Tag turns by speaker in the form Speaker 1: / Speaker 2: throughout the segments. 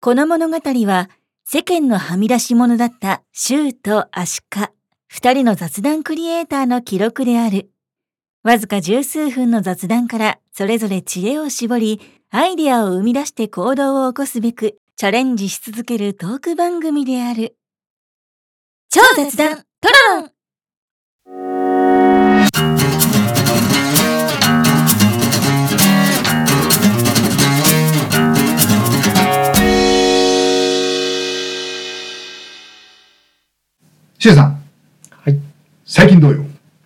Speaker 1: この物語は世間のはみ出し者だったシューとアシカ、二人の雑談クリエイターの記録である。わずか十数分の雑談からそれぞれ知恵を絞り、アイデアを生み出して行動を起こすべくチャレンジし続けるトーク番組である。超雑談トロロン
Speaker 2: シエさん、
Speaker 3: はい。
Speaker 2: 最近どうよ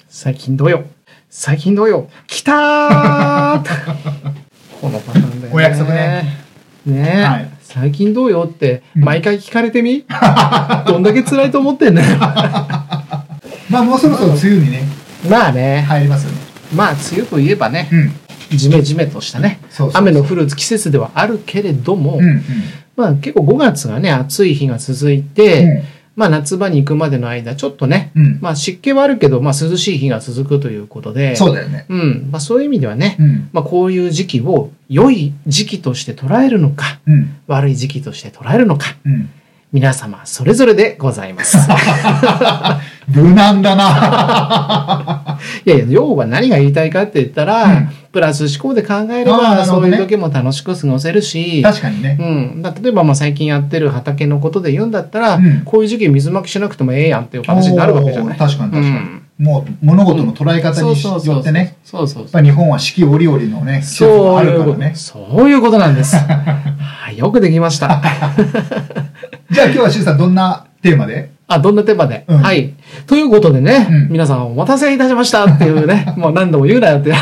Speaker 3: 最近どうよ最近どうよ来た ーこのパターンだよね。
Speaker 2: お約束ね。
Speaker 3: ねえ、
Speaker 2: はい
Speaker 3: 最近どうよって、
Speaker 2: うん
Speaker 3: 毎回聞かれてみ、どんだけ辛いと思っ てんのよ。
Speaker 2: まあもうそろそろ梅雨にね、
Speaker 3: まあね、
Speaker 2: 入りますよね。
Speaker 3: まあ梅雨といえばね、
Speaker 2: うん。
Speaker 3: ジメジメとしたね、
Speaker 2: そうそう
Speaker 3: 雨の降る季節ではあるけれども、
Speaker 2: うんうん。
Speaker 3: まあ結構5月がね、暑い日が続いて、まあ夏場に行くまでの間、ちょっとね、
Speaker 2: うん。
Speaker 3: まあ湿気はあるけど、まあ涼しい日が続くということで、
Speaker 2: そうだよね。
Speaker 3: うん、まあそういう意味ではね、
Speaker 2: うん。
Speaker 3: まあ、こういう時期を良い時期として捉えるのか、
Speaker 2: うん。
Speaker 3: 悪い時期として捉えるのか、
Speaker 2: うん。
Speaker 3: 皆様それぞれでござい ます。
Speaker 2: 無難だ な。
Speaker 3: いやいや、要は何が言いたいかって言ったら、
Speaker 2: うん
Speaker 3: プラス思考で考えれ
Speaker 2: あーな
Speaker 3: ば、
Speaker 2: るほ
Speaker 3: そ
Speaker 2: ど
Speaker 3: う
Speaker 2: ね
Speaker 3: いう時も楽しく過ごせるし、
Speaker 2: 確かにね。
Speaker 3: うん、だ例えばまあ最近やってる畑のことで言うんだったら、
Speaker 2: うん
Speaker 3: こういう時期水まきしなくてもええやんっていう話になるわけじゃない。
Speaker 2: おー確かに
Speaker 3: う
Speaker 2: 確か
Speaker 3: ん
Speaker 2: に。もう物事の捉え方に
Speaker 3: そうそうそう
Speaker 2: よってね、
Speaker 3: そうそう
Speaker 2: やっぱり日本は四季折々のね、季節が
Speaker 3: そ
Speaker 2: あ
Speaker 3: うい
Speaker 2: る
Speaker 3: う
Speaker 2: か
Speaker 3: こ
Speaker 2: ら
Speaker 3: と、
Speaker 2: ね。
Speaker 3: そういうことなん です。はいよくできました。
Speaker 2: じゃあ今日はシエさんどんなテーマで
Speaker 3: あ、どんな手まで、
Speaker 2: うん
Speaker 3: はい。ということでね、
Speaker 2: うん
Speaker 3: 皆さんお待たせいたしましたっていうね、 もう何度も言うなよって。い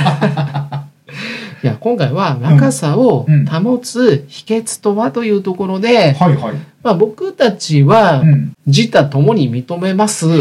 Speaker 3: や、今回は若さを
Speaker 2: うん
Speaker 3: 保つ秘訣とはというところで、
Speaker 2: はいはい。
Speaker 3: まあ僕たちは
Speaker 2: うん。
Speaker 3: 自他ともに認めます。
Speaker 2: は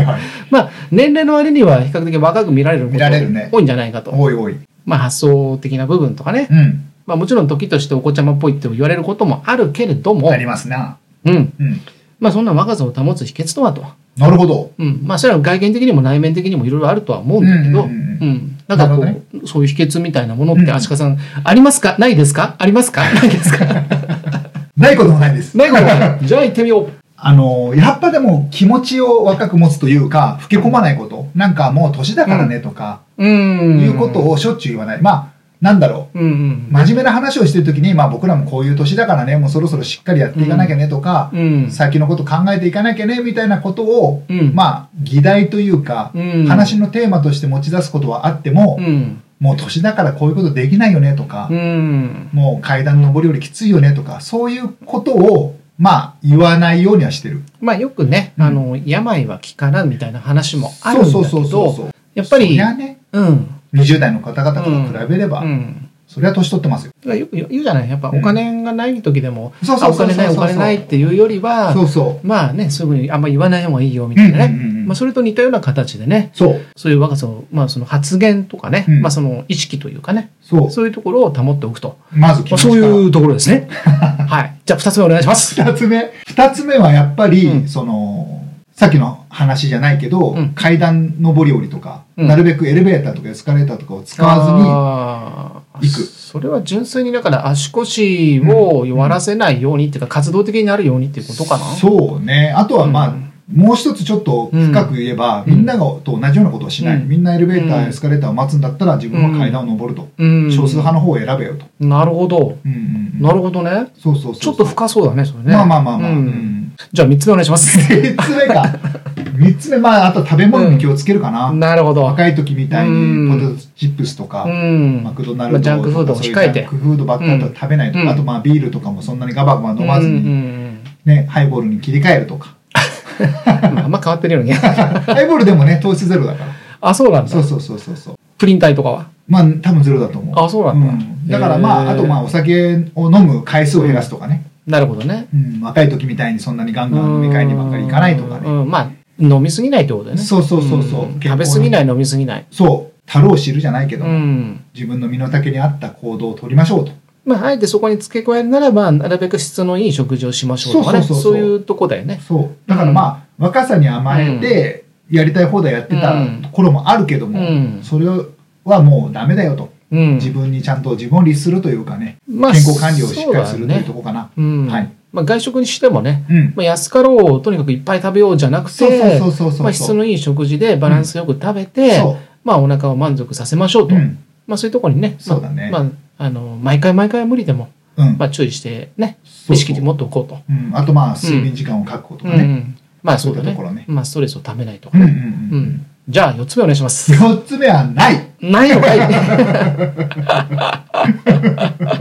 Speaker 2: いはい。
Speaker 3: まあ年齢の割には比較的若く見られるこ
Speaker 2: 見
Speaker 3: と
Speaker 2: ら
Speaker 3: が
Speaker 2: れるね
Speaker 3: 多いんじゃないかと。
Speaker 2: おいおい。
Speaker 3: まあ発想的な部分とかね。
Speaker 2: うん。
Speaker 3: まあもちろん時としてお子ちゃまっぽいって言われることもあるけれども
Speaker 2: あ、りますな。
Speaker 3: うん。
Speaker 2: うん。
Speaker 3: まあそんな若さを保つ秘訣とはと。
Speaker 2: なるほど。
Speaker 3: うん、まあそれは外見的にも内面的にもいろいろあるとは思うんだけ
Speaker 2: う
Speaker 3: ど、う
Speaker 2: う
Speaker 3: んん
Speaker 2: んうん
Speaker 3: なんかこう、
Speaker 2: なるほ
Speaker 3: そういう秘訣みたいなもの
Speaker 2: う
Speaker 3: っ
Speaker 2: んう
Speaker 3: て、
Speaker 2: ん
Speaker 3: アシカさん、ありますかないですかありま すかないですかないこ
Speaker 2: ないこともないです。
Speaker 3: とないじゃあ行ってみよう。
Speaker 2: あの、やっぱでも気持ちを若く持つというか、老け込まないこと。なんかもう年だからねとか、
Speaker 3: うーん。
Speaker 2: いうことをしょっちゅう言わない。まあ、なんだろう。
Speaker 3: うんうん。
Speaker 2: 真面目な話をしてるときに、まあ僕らもこういう年だからね、もうそろそろしっかりやっていかなきゃねとか
Speaker 3: う、ん。
Speaker 2: 先のこと考えていかなきゃね、みたいなことを、
Speaker 3: うん
Speaker 2: まあ、議題というか、
Speaker 3: うん
Speaker 2: 話のテーマとして持ち出すことはあっても、
Speaker 3: うん。
Speaker 2: もう年だからこういうことできないよねとか、
Speaker 3: うん。
Speaker 2: もう階段登り降りきついよねとか、そういうことを、まあ、言わないようにはしてる。
Speaker 3: まあよくね、
Speaker 2: うん
Speaker 3: あの、病は気からみたいな話もあるんだけど、
Speaker 2: そうそうそうそう。
Speaker 3: やっぱ
Speaker 2: そ
Speaker 3: り
Speaker 2: り、ゃね、
Speaker 3: うん。
Speaker 2: 20代の方々と比べれば、
Speaker 3: うん。
Speaker 2: そりゃ年取ってますよ。
Speaker 3: だからよく言うじゃないやっぱお金がない時でも、
Speaker 2: そう
Speaker 3: あ
Speaker 2: そう
Speaker 3: お
Speaker 2: そうそう
Speaker 3: 金ないお金ないっていうよりは、
Speaker 2: そうそ
Speaker 3: まあね、すぐにあんま言わない方がいいよみたいな
Speaker 2: うんうんうんう
Speaker 3: ね
Speaker 2: ん。
Speaker 3: まあそれと似たような形でね、
Speaker 2: う。そう。
Speaker 3: そういう若さを、まあその発言とかね、
Speaker 2: うん
Speaker 3: まあその意識というかね、
Speaker 2: そう。
Speaker 3: そういうところを保っておくと。
Speaker 2: まず気
Speaker 3: ま
Speaker 2: 持ち
Speaker 3: あ、
Speaker 2: か
Speaker 3: そう
Speaker 2: ら
Speaker 3: いうところですね。 はい。じゃあ二つ目お願いします。
Speaker 2: 二つ目。二つ目はやっぱり、
Speaker 3: うん
Speaker 2: その、さっきの話じゃないけど、
Speaker 3: うん
Speaker 2: 階段上り下りとか、
Speaker 3: うん
Speaker 2: なるべくエレベーターとかエスカレーターとかを 使わ
Speaker 3: わ
Speaker 2: ずに行く
Speaker 3: それは純粋にだから足腰を弱らせないようにっていうか活動的になるようにっていうことかな。
Speaker 2: ずに、そうね。あとはまあ、
Speaker 3: うん
Speaker 2: もう一つちょっと深く言えば、
Speaker 3: うん
Speaker 2: みんながと同じようなことをしない。
Speaker 3: うん
Speaker 2: みんなエレベーター、
Speaker 3: うん
Speaker 2: エスカレーターを待つんだったら自分は階段を上ると。
Speaker 3: うん。
Speaker 2: 少数派の方を選べよと。
Speaker 3: なるほど。
Speaker 2: うんうんうん
Speaker 3: なるほどね。
Speaker 2: そうそうそうそう。
Speaker 3: ちょっと深そうだね、それね。
Speaker 2: まあまあまあまあ。う
Speaker 3: う
Speaker 2: んん
Speaker 3: じゃあ三つ目お願いします。
Speaker 2: 三つ目か。三つ目、まあ、あと食べ物に気をつけるかな。
Speaker 3: なるほど。
Speaker 2: 若い時みたいに、ポテトチップスとか、
Speaker 3: うん。
Speaker 2: マクドナルドとか、
Speaker 3: ジャンクフードを控え
Speaker 2: ジ
Speaker 3: て
Speaker 2: ャンクフードばっかりだと食べないとか、
Speaker 3: うん
Speaker 2: あとまあビールとかもそんなにガバガバ飲まずに、
Speaker 3: うんうん
Speaker 2: ね、ハイボールに切り替えると か。
Speaker 3: うんまああんま変わってるようにね。
Speaker 2: ハイボールでもね、糖質ゼロだから。
Speaker 3: あ、そうなんだ
Speaker 2: そ。うそうそうそうそう。
Speaker 3: プリン体とかは。
Speaker 2: まあ、多分ゼロだと思う。
Speaker 3: あ、そうなんだ。
Speaker 2: うんだからま
Speaker 3: へ
Speaker 2: あ、
Speaker 3: ー
Speaker 2: あとまあ、お酒を飲む回数を減らすとかね。
Speaker 3: なるほどね。
Speaker 2: うん、若い時みたいにそんなにガンガン飲み会にばっかり行かないとかね。
Speaker 3: うん。まあ、飲みすぎないってことだよね。
Speaker 2: そうそうそうそうん
Speaker 3: 食べすぎない、飲みすぎない。
Speaker 2: そう、太郎を知るじゃないけど、
Speaker 3: うん。
Speaker 2: 自分の身の丈に合った行動を取りましょうと。
Speaker 3: まあ、あえてそこに付け加えるならば、なるべく質のいい食事をしましょうとかね。
Speaker 2: そうそうそうそう
Speaker 3: そういうとこだよね。
Speaker 2: そう。だからまあ、若さに甘えて、やりたい放題やってた
Speaker 3: うん
Speaker 2: ところもあるけど
Speaker 3: う
Speaker 2: も、
Speaker 3: ん。
Speaker 2: それはもうダメだよと。
Speaker 3: うん、
Speaker 2: 自分にちゃんと自分を律するというかね、
Speaker 3: まあ
Speaker 2: 健康管理をしっかりするというと
Speaker 3: そ
Speaker 2: こ
Speaker 3: うだね
Speaker 2: かな。
Speaker 3: うん
Speaker 2: はい
Speaker 3: まあ、外食にしてもね、
Speaker 2: うん。
Speaker 3: まあ、安かろうとにかくいっぱい食べようじゃなくて
Speaker 2: そうそうそうそうそう。
Speaker 3: まあ、質のいい食事でバランスよく食べて、
Speaker 2: そ
Speaker 3: まあ、お腹を満足させましょう
Speaker 2: う。
Speaker 3: と、
Speaker 2: うん。
Speaker 3: まあ、そういうところにね,、まあ
Speaker 2: そうだね
Speaker 3: まあ、あの毎回毎回は無理でも、
Speaker 2: うん。
Speaker 3: まあ、注意して、ね、
Speaker 2: そうそう
Speaker 3: 意識で持っておこうと。
Speaker 2: うん。あとまあ、睡眠時間を確保とか
Speaker 3: うんう
Speaker 2: ね。
Speaker 3: んまあそうだ
Speaker 2: そうい
Speaker 3: ね
Speaker 2: うところね
Speaker 3: まあ、ストレスをためないとか
Speaker 2: うん
Speaker 3: ね、
Speaker 2: うんう。
Speaker 3: うんんじゃあ4つ目お願いします。
Speaker 2: 四つ目はない。
Speaker 3: ないのかい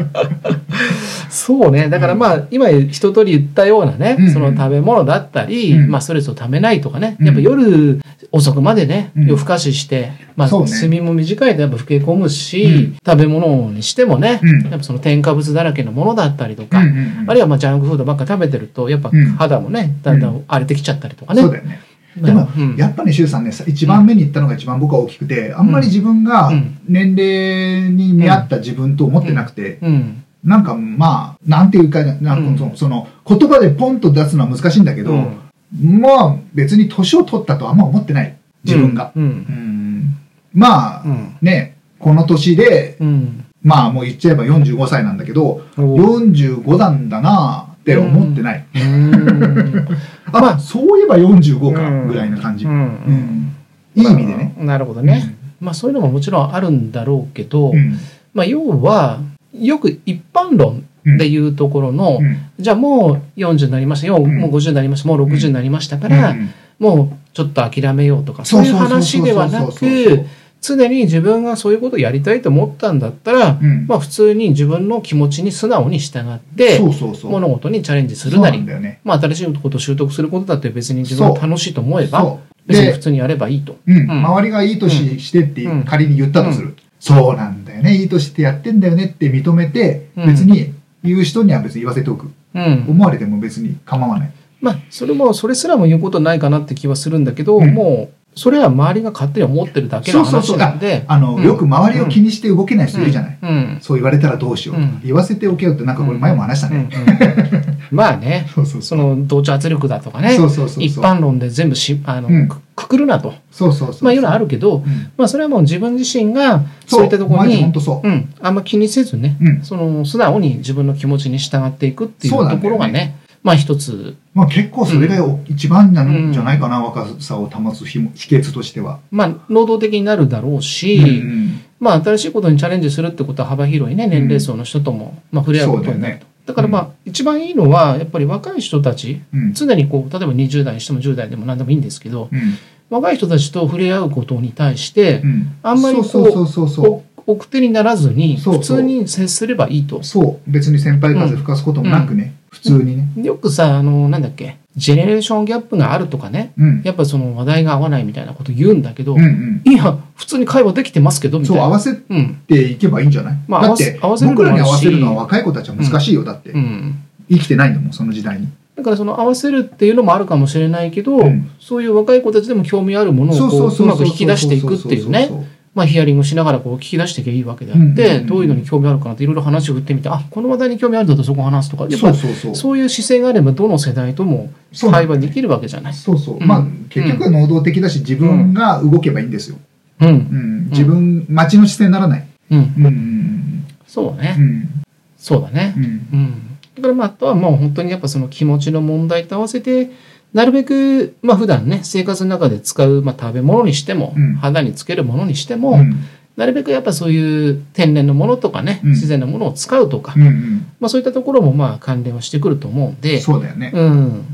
Speaker 3: そうねだからまあ今一通り言ったようなね、
Speaker 2: うんうん
Speaker 3: その食べ物だったり、
Speaker 2: うん
Speaker 3: まあ、ストレスをためないとかね、
Speaker 2: うん
Speaker 3: やっぱ夜遅くまでね、
Speaker 2: うん
Speaker 3: 夜更かしして、まあ
Speaker 2: そうね
Speaker 3: 睡眠も短いとやっぱ老け込むし、
Speaker 2: うん
Speaker 3: 食べ物にしてもね、
Speaker 2: うん
Speaker 3: やっぱその添加物だらけのものだったりと
Speaker 2: う
Speaker 3: か、
Speaker 2: んうんうん
Speaker 3: あるいはまあジャンクフードばっか食べてるとやっぱ
Speaker 2: うん
Speaker 3: 肌もね、だんだん荒れてきちゃったりとかね。
Speaker 2: そうだよね。
Speaker 3: まあ
Speaker 2: でも
Speaker 3: うん
Speaker 2: やっぱり周さんね、さ一番目に行ったのが一番僕は大きくて、あんまり自分が
Speaker 3: うん
Speaker 2: 年齢に見合った自分と思ってなくて、
Speaker 3: うん
Speaker 2: なんかまあ、なんていうか、なんかその、その言葉でポンと出すのは難しいんだけど、
Speaker 3: うん
Speaker 2: まあ別に年を取ったとあんま思ってない、自分が。
Speaker 3: うん
Speaker 2: うんまあ、
Speaker 3: うん
Speaker 2: ね、この年で、
Speaker 3: うん
Speaker 2: まあもう言っちゃえば45歳なんだけど、
Speaker 3: おう
Speaker 2: 45なんだなって思ってない。
Speaker 3: うーん
Speaker 2: あ、まあ、そういえば45
Speaker 3: うん
Speaker 2: か、ぐらいな感じ。
Speaker 3: う
Speaker 2: うん
Speaker 3: ん
Speaker 2: いい意味でね。
Speaker 3: なるほどね、まあそういうのももちろんあるんだろうけど、
Speaker 2: うん。
Speaker 3: まあ要はよく一般論
Speaker 2: うん
Speaker 3: でいうところの、
Speaker 2: うん
Speaker 3: じゃあもう40になりましたよ、
Speaker 2: ん
Speaker 3: もう50になりましたもう60になりましたから、
Speaker 2: うん
Speaker 3: もうちょっと諦めようとか
Speaker 2: そ
Speaker 3: そう
Speaker 2: う
Speaker 3: いう
Speaker 2: そうそうそう
Speaker 3: 話ではな
Speaker 2: そうそうそ
Speaker 3: く
Speaker 2: う
Speaker 3: 常に自分がそういうことをやりたいと思ったんだったら、
Speaker 2: うん
Speaker 3: まあ普通に自分の気持ちに素直に従って
Speaker 2: そうそうそう。
Speaker 3: 物事にチャレンジするなり
Speaker 2: そうなんだよね。
Speaker 3: まあ、新しいことを習得することだって別に自分が楽しいと思えば、
Speaker 2: そう。
Speaker 3: 別に普
Speaker 2: で、
Speaker 3: 通にやればいいと。
Speaker 2: うん、
Speaker 3: ん
Speaker 2: 周りがいい年してって
Speaker 3: うん
Speaker 2: 仮に言ったとする。そうなんだよね。いい年ってやってんだよねって認めて、
Speaker 3: うん
Speaker 2: 別に言う人には別に言わせておく。
Speaker 3: うん。
Speaker 2: 思われても別に構わない。
Speaker 3: まあ、それも、それすらも言うことないかなって気はするんだけど、
Speaker 2: うん
Speaker 3: もう、それは周りが勝手に思ってるだけの話なんで、
Speaker 2: あの、
Speaker 3: うん
Speaker 2: よく周りを気にして動けない人いるじゃない。
Speaker 3: うん。
Speaker 2: そう言われたらどうしようとか、
Speaker 3: うん
Speaker 2: 言わせておけよってなんかこれ前も話したね。
Speaker 3: うんうんまあね、
Speaker 2: そうそうそ。
Speaker 3: そうの同調圧力だとかね
Speaker 2: そ、うそうそうそう。
Speaker 3: 一般論で全部し、あの、
Speaker 2: うん
Speaker 3: くくくるなと。
Speaker 2: そうそうそうそう。
Speaker 3: まあ、いうのはあるけど
Speaker 2: う、ん
Speaker 3: まあ、それはもう自分自身
Speaker 2: そ
Speaker 3: が、
Speaker 2: う
Speaker 3: そういったところ
Speaker 2: マジ
Speaker 3: に
Speaker 2: 本、当そう。
Speaker 3: うん、あんま気にせずね、
Speaker 2: うん。
Speaker 3: その素直に自分の気持ちに従っていくっていう
Speaker 2: そうな
Speaker 3: と
Speaker 2: んだ
Speaker 3: こ
Speaker 2: よね
Speaker 3: ろがね、まあ一つ、
Speaker 2: まあ結構それが一番なんじゃないかな、若さを保つ秘も秘訣としては。
Speaker 3: まあ能動的になるだろうし、
Speaker 2: うん
Speaker 3: まあ新しいことにチャレンジするってことは幅広いね、年齢層の人とも、まあ触れ合うことになると。だからまあ、一番いいのは、やっぱり若い人たち、
Speaker 2: うん。うん
Speaker 3: 常にこう、例えば20代にしても10代でも何でもいいんですけど、
Speaker 2: うん
Speaker 3: 若い人たちと触れ合うことに対して
Speaker 2: う、ん、
Speaker 3: あんまりこう
Speaker 2: そうそうそうそ
Speaker 3: お奥手にならずに、
Speaker 2: そう
Speaker 3: 普
Speaker 2: そう
Speaker 3: 通に接すればいいと
Speaker 2: う。そう別に先輩風吹かすこともなくね、普通にね
Speaker 3: よくさ、あの、なんだっけ、ジェネレーションギャップがあるとかね、
Speaker 2: うん
Speaker 3: やっぱその話題が合わないみたいなこと言うんだけど、
Speaker 2: うんうん
Speaker 3: いや、普通に会話できてますけど、み
Speaker 2: そ
Speaker 3: たいうな。
Speaker 2: 合わせ
Speaker 3: うん。
Speaker 2: ていけばいいんじゃない、
Speaker 3: まあ
Speaker 2: だって
Speaker 3: 合わせ合わせるの
Speaker 2: 僕
Speaker 3: も
Speaker 2: ら
Speaker 3: あ
Speaker 2: に
Speaker 3: るし
Speaker 2: 合わせるのは若い子たちは難しいよだって、
Speaker 3: うん。
Speaker 2: 生きてないんだもんその時代に
Speaker 3: だからその合わせるっていうのもあるかもしれないけど、
Speaker 2: うん
Speaker 3: そういう若い子たちでも興味あるものをこううまく引き出していくっていうね、まあヒアリングしながらこう聞き出していけばいいわけであって、
Speaker 2: うんうんうん
Speaker 3: どういうのに興味あるかなっていろいろ話を振ってみて、あ、この話題に興味あるんだとそこ話すとか、やっ
Speaker 2: そ
Speaker 3: ぱ
Speaker 2: うそうそうそうそう
Speaker 3: そういう姿勢があればどの世代とも
Speaker 2: そう
Speaker 3: 会話できるわけじゃない。
Speaker 2: そうそう、
Speaker 3: うん
Speaker 2: まあ結局は能動的だし自分が動けばいいんですよ、
Speaker 3: うん
Speaker 2: う。ん自分待ちの姿勢にならない
Speaker 3: うん。
Speaker 2: うんうん
Speaker 3: そうだね。
Speaker 2: うんうん
Speaker 3: そうだね
Speaker 2: う。ん
Speaker 3: うん。だからまあ、あとはもう本当にやっぱその気持ちの問題と合わせて、なるべく、まあ普段ね、生活の中で使う、まあ食べ物にしても、
Speaker 2: うん
Speaker 3: 肌につけるものにしても、
Speaker 2: うんうん
Speaker 3: なるべくやっぱそういう天然のものとかね、
Speaker 2: うん
Speaker 3: 自然なものを使うとか、
Speaker 2: うん
Speaker 3: まあそういったところもまあ関連はしてくると思うんで、
Speaker 2: そうだよね、
Speaker 3: うん。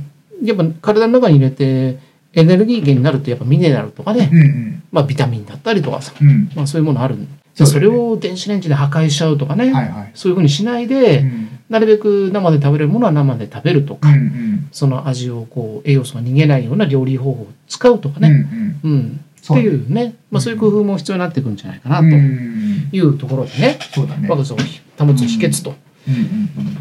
Speaker 3: やっぱ体の中に入れて、エネルギー源になるとやっぱミネラルとかね、
Speaker 2: うんうん
Speaker 3: まあビタミンだったりとかさ、
Speaker 2: うん
Speaker 3: まあそういうものあるんで、
Speaker 2: そうだね
Speaker 3: それを電子レンジで破壊しちゃうとかね、
Speaker 2: はいはい、
Speaker 3: そういうふうにしないで、
Speaker 2: うん
Speaker 3: なるべく生で食べれるものは生で食べると
Speaker 2: う
Speaker 3: か、
Speaker 2: んうん
Speaker 3: その味をこう栄養素が逃げないような料理方法を使うとか
Speaker 2: うんう
Speaker 3: ね、
Speaker 2: ん
Speaker 3: うんって
Speaker 2: そう
Speaker 3: いうね、まあ、そういう工夫も必要になってくるんじゃないかな
Speaker 2: う
Speaker 3: と
Speaker 2: ん
Speaker 3: いうところでね、
Speaker 2: そうだね、
Speaker 3: 若さを保つ秘訣と、
Speaker 2: うん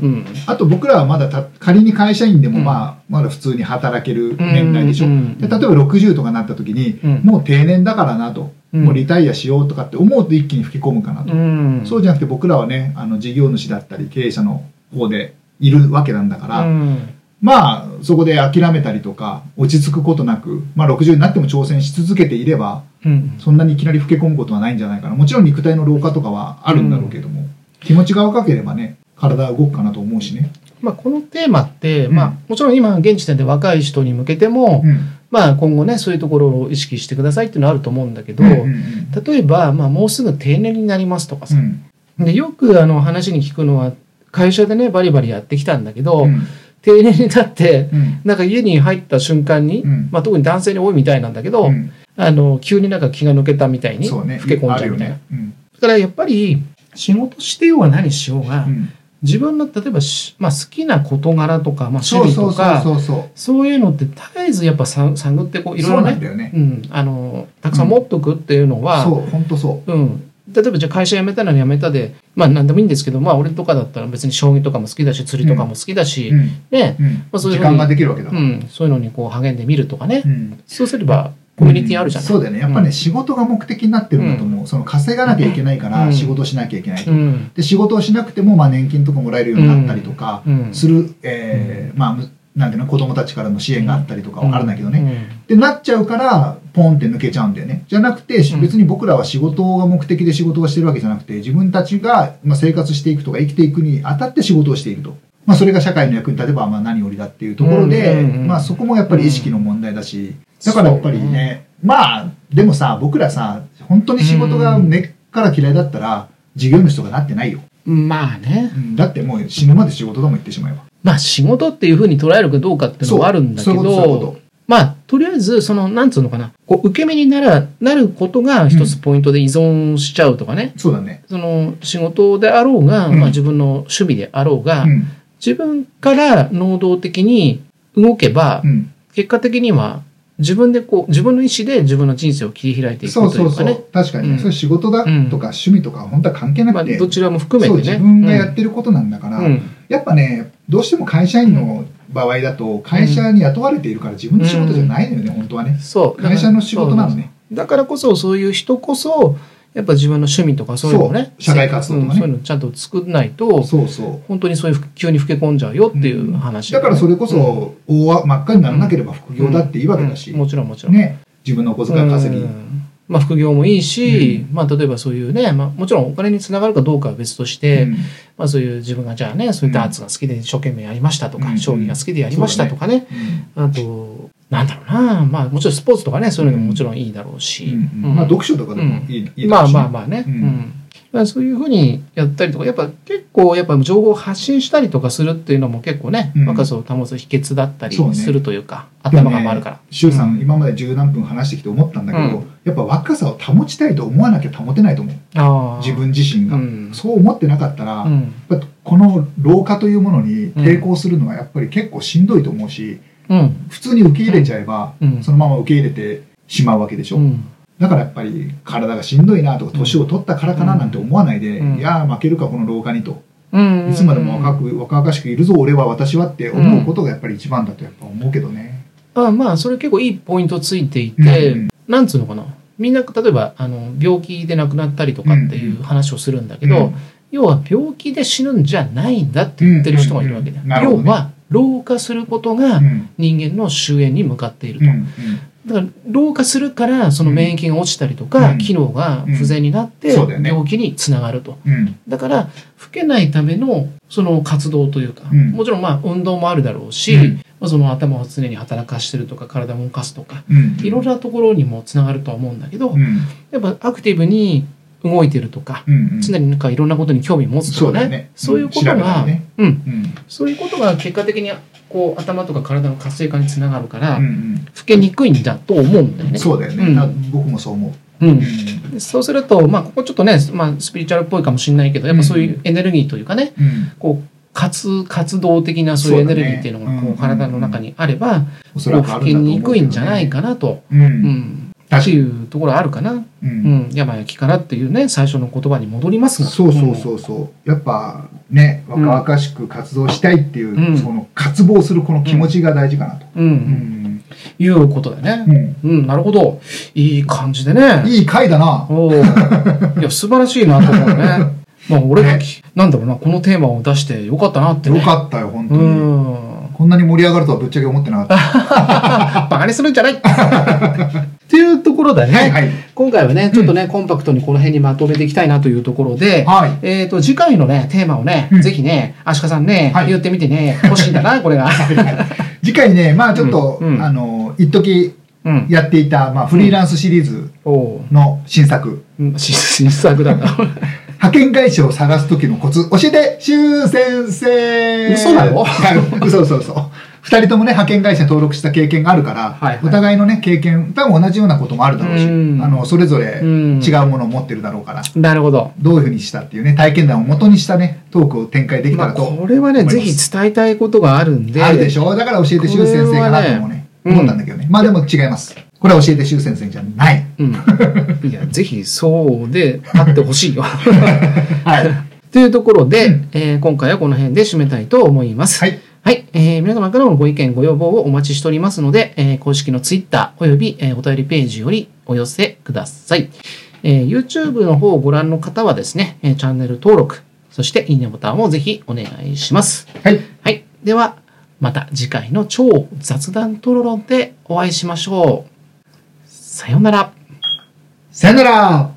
Speaker 2: うんうん
Speaker 3: うん
Speaker 2: あと僕らはまだた仮に会社員でも
Speaker 3: うん
Speaker 2: まあまだ普通に働ける年代でしょ、
Speaker 3: うん
Speaker 2: で例えば60とかなった時に、
Speaker 3: うん
Speaker 2: もう定年だからなと、
Speaker 3: うん
Speaker 2: もうリタイアしようとかって思うと一気に吹き込むかなと、
Speaker 3: うん
Speaker 2: そうじゃなくて僕らはねあの事業主だったり経営者の方でいるわけなんだから、
Speaker 3: うん
Speaker 2: まあ、そこで諦めたりとか、落ち着くことなく、まあ、60になっても挑戦し続けていれば、
Speaker 3: うん
Speaker 2: そんなにいきなり老け込むことはないんじゃないかな。もちろん肉体の老化とかはあるんだろうけども、気持ちが若ければね、体は動くかなと思うしね。
Speaker 3: まあ、このテーマって、
Speaker 2: うん
Speaker 3: まあ、もちろん今現時点で若い人に向けても、
Speaker 2: うん。
Speaker 3: まあ、今後ねそういうところを意識してくださいっていうのはあると思うんだけど、
Speaker 2: うんうんうん
Speaker 3: 例えば、まあ、もうすぐ定年になりますとか
Speaker 2: う
Speaker 3: さ、
Speaker 2: ん
Speaker 3: でよくあの話に聞くのは会社でねバリバリやってきたんだけど、
Speaker 2: うん
Speaker 3: 定年になって
Speaker 2: うん
Speaker 3: なんか家に入った瞬間に、
Speaker 2: うん
Speaker 3: まあ、特に男性に多いみたいなんだけど、
Speaker 2: うん
Speaker 3: あの急になんか気が抜けたみたいに老
Speaker 2: そうね。
Speaker 3: け込んじゃうみた
Speaker 2: あるよ
Speaker 3: いな、
Speaker 2: ね。うん
Speaker 3: だからやっぱり仕事してようが何しようが、
Speaker 2: うん
Speaker 3: 自分の例えばし、まあ、好きな事柄とか、まあ、趣
Speaker 2: そう
Speaker 3: 味
Speaker 2: そ
Speaker 3: と
Speaker 2: うそう
Speaker 3: か
Speaker 2: そうそ
Speaker 3: そういうのって絶えずやっぱさ探ってこう
Speaker 2: う。
Speaker 3: いろい
Speaker 2: そう
Speaker 3: ろ
Speaker 2: なんだ
Speaker 3: ね
Speaker 2: よね。
Speaker 3: うん、あのたくさん持っとくっていうのは、
Speaker 2: そう、本当そ
Speaker 3: うん、例えばじゃあ会社辞めたら辞めたでまあ何でもいいんですけどまあ俺とかだったら別に将棋とかも好きだし釣りとかも好きだ
Speaker 2: う。
Speaker 3: し、
Speaker 2: うん。
Speaker 3: ね
Speaker 2: うん
Speaker 3: まあそういう
Speaker 2: 時
Speaker 3: ふうに
Speaker 2: 間ができるわけだ
Speaker 3: う。ん、そういうのにこう励んでみるとかね、
Speaker 2: うん
Speaker 3: そうすればコミュニティあるじゃない、
Speaker 2: そうだよね。やっぱ
Speaker 3: う
Speaker 2: ね、
Speaker 3: ん
Speaker 2: 仕事が目的になってるんだと思う。その稼がなきゃいけないか
Speaker 3: う
Speaker 2: ら
Speaker 3: ん
Speaker 2: 仕事しなきゃいけないと。
Speaker 3: うん
Speaker 2: で、仕事をしなくても、まあ年金とかもらえるようになったりとか、
Speaker 3: うん、
Speaker 2: する、えーまあ、むなんていうの、子供たちからの支援があったりとかわからないけどね。
Speaker 3: ね、
Speaker 2: ってなっちゃうから、ポンって抜けちゃうんだよね。じゃなくて、し別に僕らは仕事が目的で仕事をしてるわけじゃなくて、自分たちが、まあ、生活していくとか生きていくにあたって仕事をしていると。まあ、それが社会の役に立てば、まあ、何よりだっていうところで、
Speaker 3: うんうんうん
Speaker 2: まあ、そこもやっぱり意識の問題だし、だからやっぱり
Speaker 3: そう
Speaker 2: ね、まあ、でもさ、僕らさ、本当に仕事が根っから嫌いだったら、事業主とかなってないよ。
Speaker 3: うんまあね
Speaker 2: うんだってもう死ぬまで仕事だもん言ってしまえば。
Speaker 3: まあ仕事っていうふうに捉えるかどうかっていうのはあるんだけ
Speaker 2: そうそういうことそういうこ
Speaker 3: どまあとりあえずそのなんつうのかなこう受け身にならなることが一つポイントで依存しちゃうとかね、
Speaker 2: そうだね。
Speaker 3: その仕事であろうが、
Speaker 2: うん
Speaker 3: まあ、自分の趣味であろうが、
Speaker 2: うん。
Speaker 3: 自分から能動的に動けば、
Speaker 2: うん。
Speaker 3: 結果的には自分でこう自分の意思で自分の人生を切り開いていく
Speaker 2: そう
Speaker 3: とい
Speaker 2: そう
Speaker 3: うか
Speaker 2: そ
Speaker 3: ね
Speaker 2: う。確かにね、
Speaker 3: うん
Speaker 2: それ仕事だとか
Speaker 3: うん
Speaker 2: 趣味とか本当は関係な
Speaker 3: まあ、
Speaker 2: くて、
Speaker 3: どちらも含め
Speaker 2: そう
Speaker 3: てね。
Speaker 2: 自分がやってることなんだから、
Speaker 3: うんうん
Speaker 2: やっぱね、どうしても会社員の場合だと、会社に雇われているから自分の仕事じゃないのよね、本当はね。
Speaker 3: そう
Speaker 2: 会社の仕事なの
Speaker 3: ね
Speaker 2: ね。
Speaker 3: だからこそそういう人こそやっぱ自分の趣味とかそういうのをね
Speaker 2: そう社会活動とかね
Speaker 3: うんそういうのちゃんと作んないと
Speaker 2: そうそう。
Speaker 3: 本当にそういう急に老け込んじゃうよっていう話、
Speaker 2: だからそれこ
Speaker 3: うん
Speaker 2: そ、大は真っ赤にならなければ副業だっていいわけだし、
Speaker 3: うんもちろんもちろん、
Speaker 2: ね、自分のお小遣い稼ぎ、
Speaker 3: うんまあ、副業もいいし、まあ、例えばそういうね、まあ、もちろんお金につながるかどうかは別として、
Speaker 2: うん
Speaker 3: まあ、そういう自分がじゃあねそういうダーツが好きで一生懸命やりましたとか、
Speaker 2: うん
Speaker 3: 将棋が好きでやりましたとかね,、
Speaker 2: うん
Speaker 3: あとなんだろうな、まあ、もちろんスポーツとかねそういうのももちろんいいだろうし、
Speaker 2: うん
Speaker 3: うん
Speaker 2: まあ読書とかでもいい,、いいだろ
Speaker 3: ま
Speaker 2: う
Speaker 3: あ
Speaker 2: しね
Speaker 3: まあまあね、
Speaker 2: う
Speaker 3: うんんまあ、そういうふうにやったりとかやっぱ結構やっぱ情報を発信したりとかするっていうのも結構ね、
Speaker 2: うん
Speaker 3: 若さを保つ秘訣だったり
Speaker 2: そうね
Speaker 3: するというか頭が回るから。
Speaker 2: 周さん、
Speaker 3: うん
Speaker 2: 今まで十何分話してきて思ったんだけど、
Speaker 3: う
Speaker 2: やっぱ若さを保ちたいと思わなきゃ保てないと思う
Speaker 3: あー
Speaker 2: 自分自身が、
Speaker 3: うん
Speaker 2: そう思ってなかったら、
Speaker 3: う
Speaker 2: や
Speaker 3: ん
Speaker 2: っぱこの老化というものに抵抗するのはやっぱり結構しんどいと思うし
Speaker 3: うん
Speaker 2: 普通に受け入れちゃえば、
Speaker 3: うん
Speaker 2: そのまま受け入れてしまうわけでしょ、
Speaker 3: うん
Speaker 2: だからやっぱり体がしんどいなとか年を取ったからかななんて思わないで、
Speaker 3: うん
Speaker 2: いやー負けるかこの老化にと
Speaker 3: うん
Speaker 2: いつまでも若く若々しくいるぞ俺は私はって思うことがやっぱり一番だとやっぱ思うけどね。
Speaker 3: あまあそれ結構いいポイントついていて、
Speaker 2: うん
Speaker 3: なんつうのかなみんな例えばあの病気で亡くなったりとかっていう話をするんだけど、
Speaker 2: うん
Speaker 3: 要は病気で死ぬんじゃないんだって言ってる人がいるわけだよ、
Speaker 2: うんうんうんなるほどね
Speaker 3: 要は老化することが
Speaker 2: うん
Speaker 3: 人間の終焉に向かっていると、
Speaker 2: うんうん
Speaker 3: だから老化するからその免疫が落ちたりとか、
Speaker 2: うん
Speaker 3: 機能が不全になって
Speaker 2: うんそうだよね
Speaker 3: 病気につながると
Speaker 2: うん
Speaker 3: だから老けないためのその活動というか、
Speaker 2: うん
Speaker 3: もちろんまあ運動もあるだろうし、
Speaker 2: うん
Speaker 3: まあその頭を常に働かしてるとか体を動かすとか
Speaker 2: うん
Speaker 3: いろんなところにもつながるとは思うんだけど、
Speaker 2: うん
Speaker 3: やっぱアクティブに動いてるとか、
Speaker 2: うんうん
Speaker 3: 常になんかいろんなことに興味持つ
Speaker 2: そ
Speaker 3: と
Speaker 2: うだ
Speaker 3: か
Speaker 2: よ
Speaker 3: ね
Speaker 2: ね。
Speaker 3: そういうこと
Speaker 2: ん調べた
Speaker 3: が、
Speaker 2: りね
Speaker 3: うん、
Speaker 2: うん
Speaker 3: そういうことが結果的にこう頭とか体の活性化につながるから、
Speaker 2: うん
Speaker 3: 老けにくいんだと思うんだよ
Speaker 2: うん
Speaker 3: ね。
Speaker 2: そうだよ
Speaker 3: う
Speaker 2: ね。
Speaker 3: ん
Speaker 2: だ僕もそう思う。
Speaker 3: う
Speaker 2: うん
Speaker 3: んでそうすると、まあ、ここちょっとね、まあ、スピリチュアルっぽいかもしれないけど、やっぱそういうエネルギーというかね、
Speaker 2: うん
Speaker 3: こう、活、活動的なそういうエネルギーっていうの
Speaker 2: そうだ
Speaker 3: が、
Speaker 2: ね
Speaker 3: こう、体の中にあれば、
Speaker 2: おそ
Speaker 3: こう、
Speaker 2: らくあ
Speaker 3: 老
Speaker 2: る
Speaker 3: け
Speaker 2: んだと思うけどね
Speaker 3: にくいんじゃないかなと、
Speaker 2: う。
Speaker 3: うんん、っ
Speaker 2: 確
Speaker 3: て
Speaker 2: か
Speaker 3: い
Speaker 2: に。
Speaker 3: うところはあるかな。
Speaker 2: う
Speaker 3: うんん、病や気からっていうね、最初の言葉に戻りますが。
Speaker 2: そうそうそうそう。やっぱね、若々しく活動したいっていうう、
Speaker 3: ん
Speaker 2: その渇望するこの気持ちが大事かなと。
Speaker 3: うん。う、
Speaker 2: うんん
Speaker 3: いうことだよ
Speaker 2: う
Speaker 3: ね。
Speaker 2: ん
Speaker 3: うん、なるほど。いい感じでね。
Speaker 2: いい回だな。
Speaker 3: おお。いや、素晴らしいなと思うね。まあ、俺がき、なんだろうな、このテーマを出してよかったなって、
Speaker 2: よ
Speaker 3: ね。
Speaker 2: かったよ、本当
Speaker 3: う
Speaker 2: に。
Speaker 3: ん。
Speaker 2: こんなに盛り上がるとはぶっちゃけ思ってなかっ
Speaker 3: バカにするんじゃないっていうところだね。
Speaker 2: た。はいはい。
Speaker 3: 今回はね、ちょっとね、コンパクトにこの辺にまとめていきたいなというところで、
Speaker 2: はい。
Speaker 3: えっ、と、次回のね、テーマをね、
Speaker 2: うん
Speaker 3: ぜひね、アシカさんね、
Speaker 2: はい
Speaker 3: 言ってみてね、欲しいん だな、これが。
Speaker 2: 次回ね、まあちょっと、
Speaker 3: うんうん
Speaker 2: あの、一時
Speaker 3: うん。
Speaker 2: やっていた、まあフリーランスシリーズ
Speaker 3: おう
Speaker 2: の新作、
Speaker 3: うんし新作だ な。
Speaker 2: 派遣会社を探す時のコツ、教えて、しゅう先生
Speaker 3: 嘘だろ
Speaker 2: はい嘘嘘嘘。二人ともね、派遣会社登録した経験があるから、
Speaker 3: はいはい
Speaker 2: お互いのね、経験、多分同じようなこともあるだろうし、
Speaker 3: うん
Speaker 2: あの、それぞれ
Speaker 3: うん
Speaker 2: 違うものを持ってるだろうから、
Speaker 3: なるほど。
Speaker 2: どういうふうにしたっていうね、体験談を元にしたね、トークを展開できた
Speaker 3: まあ、
Speaker 2: らと。
Speaker 3: これはね、
Speaker 2: 思い
Speaker 3: ぜ
Speaker 2: ます
Speaker 3: ひ伝えたいことがあるんで。
Speaker 2: あるでしょだから教えてしゅう先生かなともね、
Speaker 3: これはね
Speaker 2: 思ったんだけどね。まあでも違います。これは教えてしゅう先生じゃない。
Speaker 3: うん。い や、ぜひそうであってほしいよ。
Speaker 2: はい。
Speaker 3: というところで、
Speaker 2: うん
Speaker 3: えー今回はこの辺で締めたいと思います。
Speaker 2: はい。
Speaker 3: はい、えー皆様からのご意見、ご要望をお待ちしておりますので、えー公式の Twitter および、えーお便りページよりお寄せください。えー YouTube の方をご覧の方はですね、えーチャンネル登録、そしていいねボタンをぜひお願いします。
Speaker 2: はい。
Speaker 3: はい、では、また次回の超雑談トロロンでお会いしましょう。さようなら。
Speaker 2: さよなら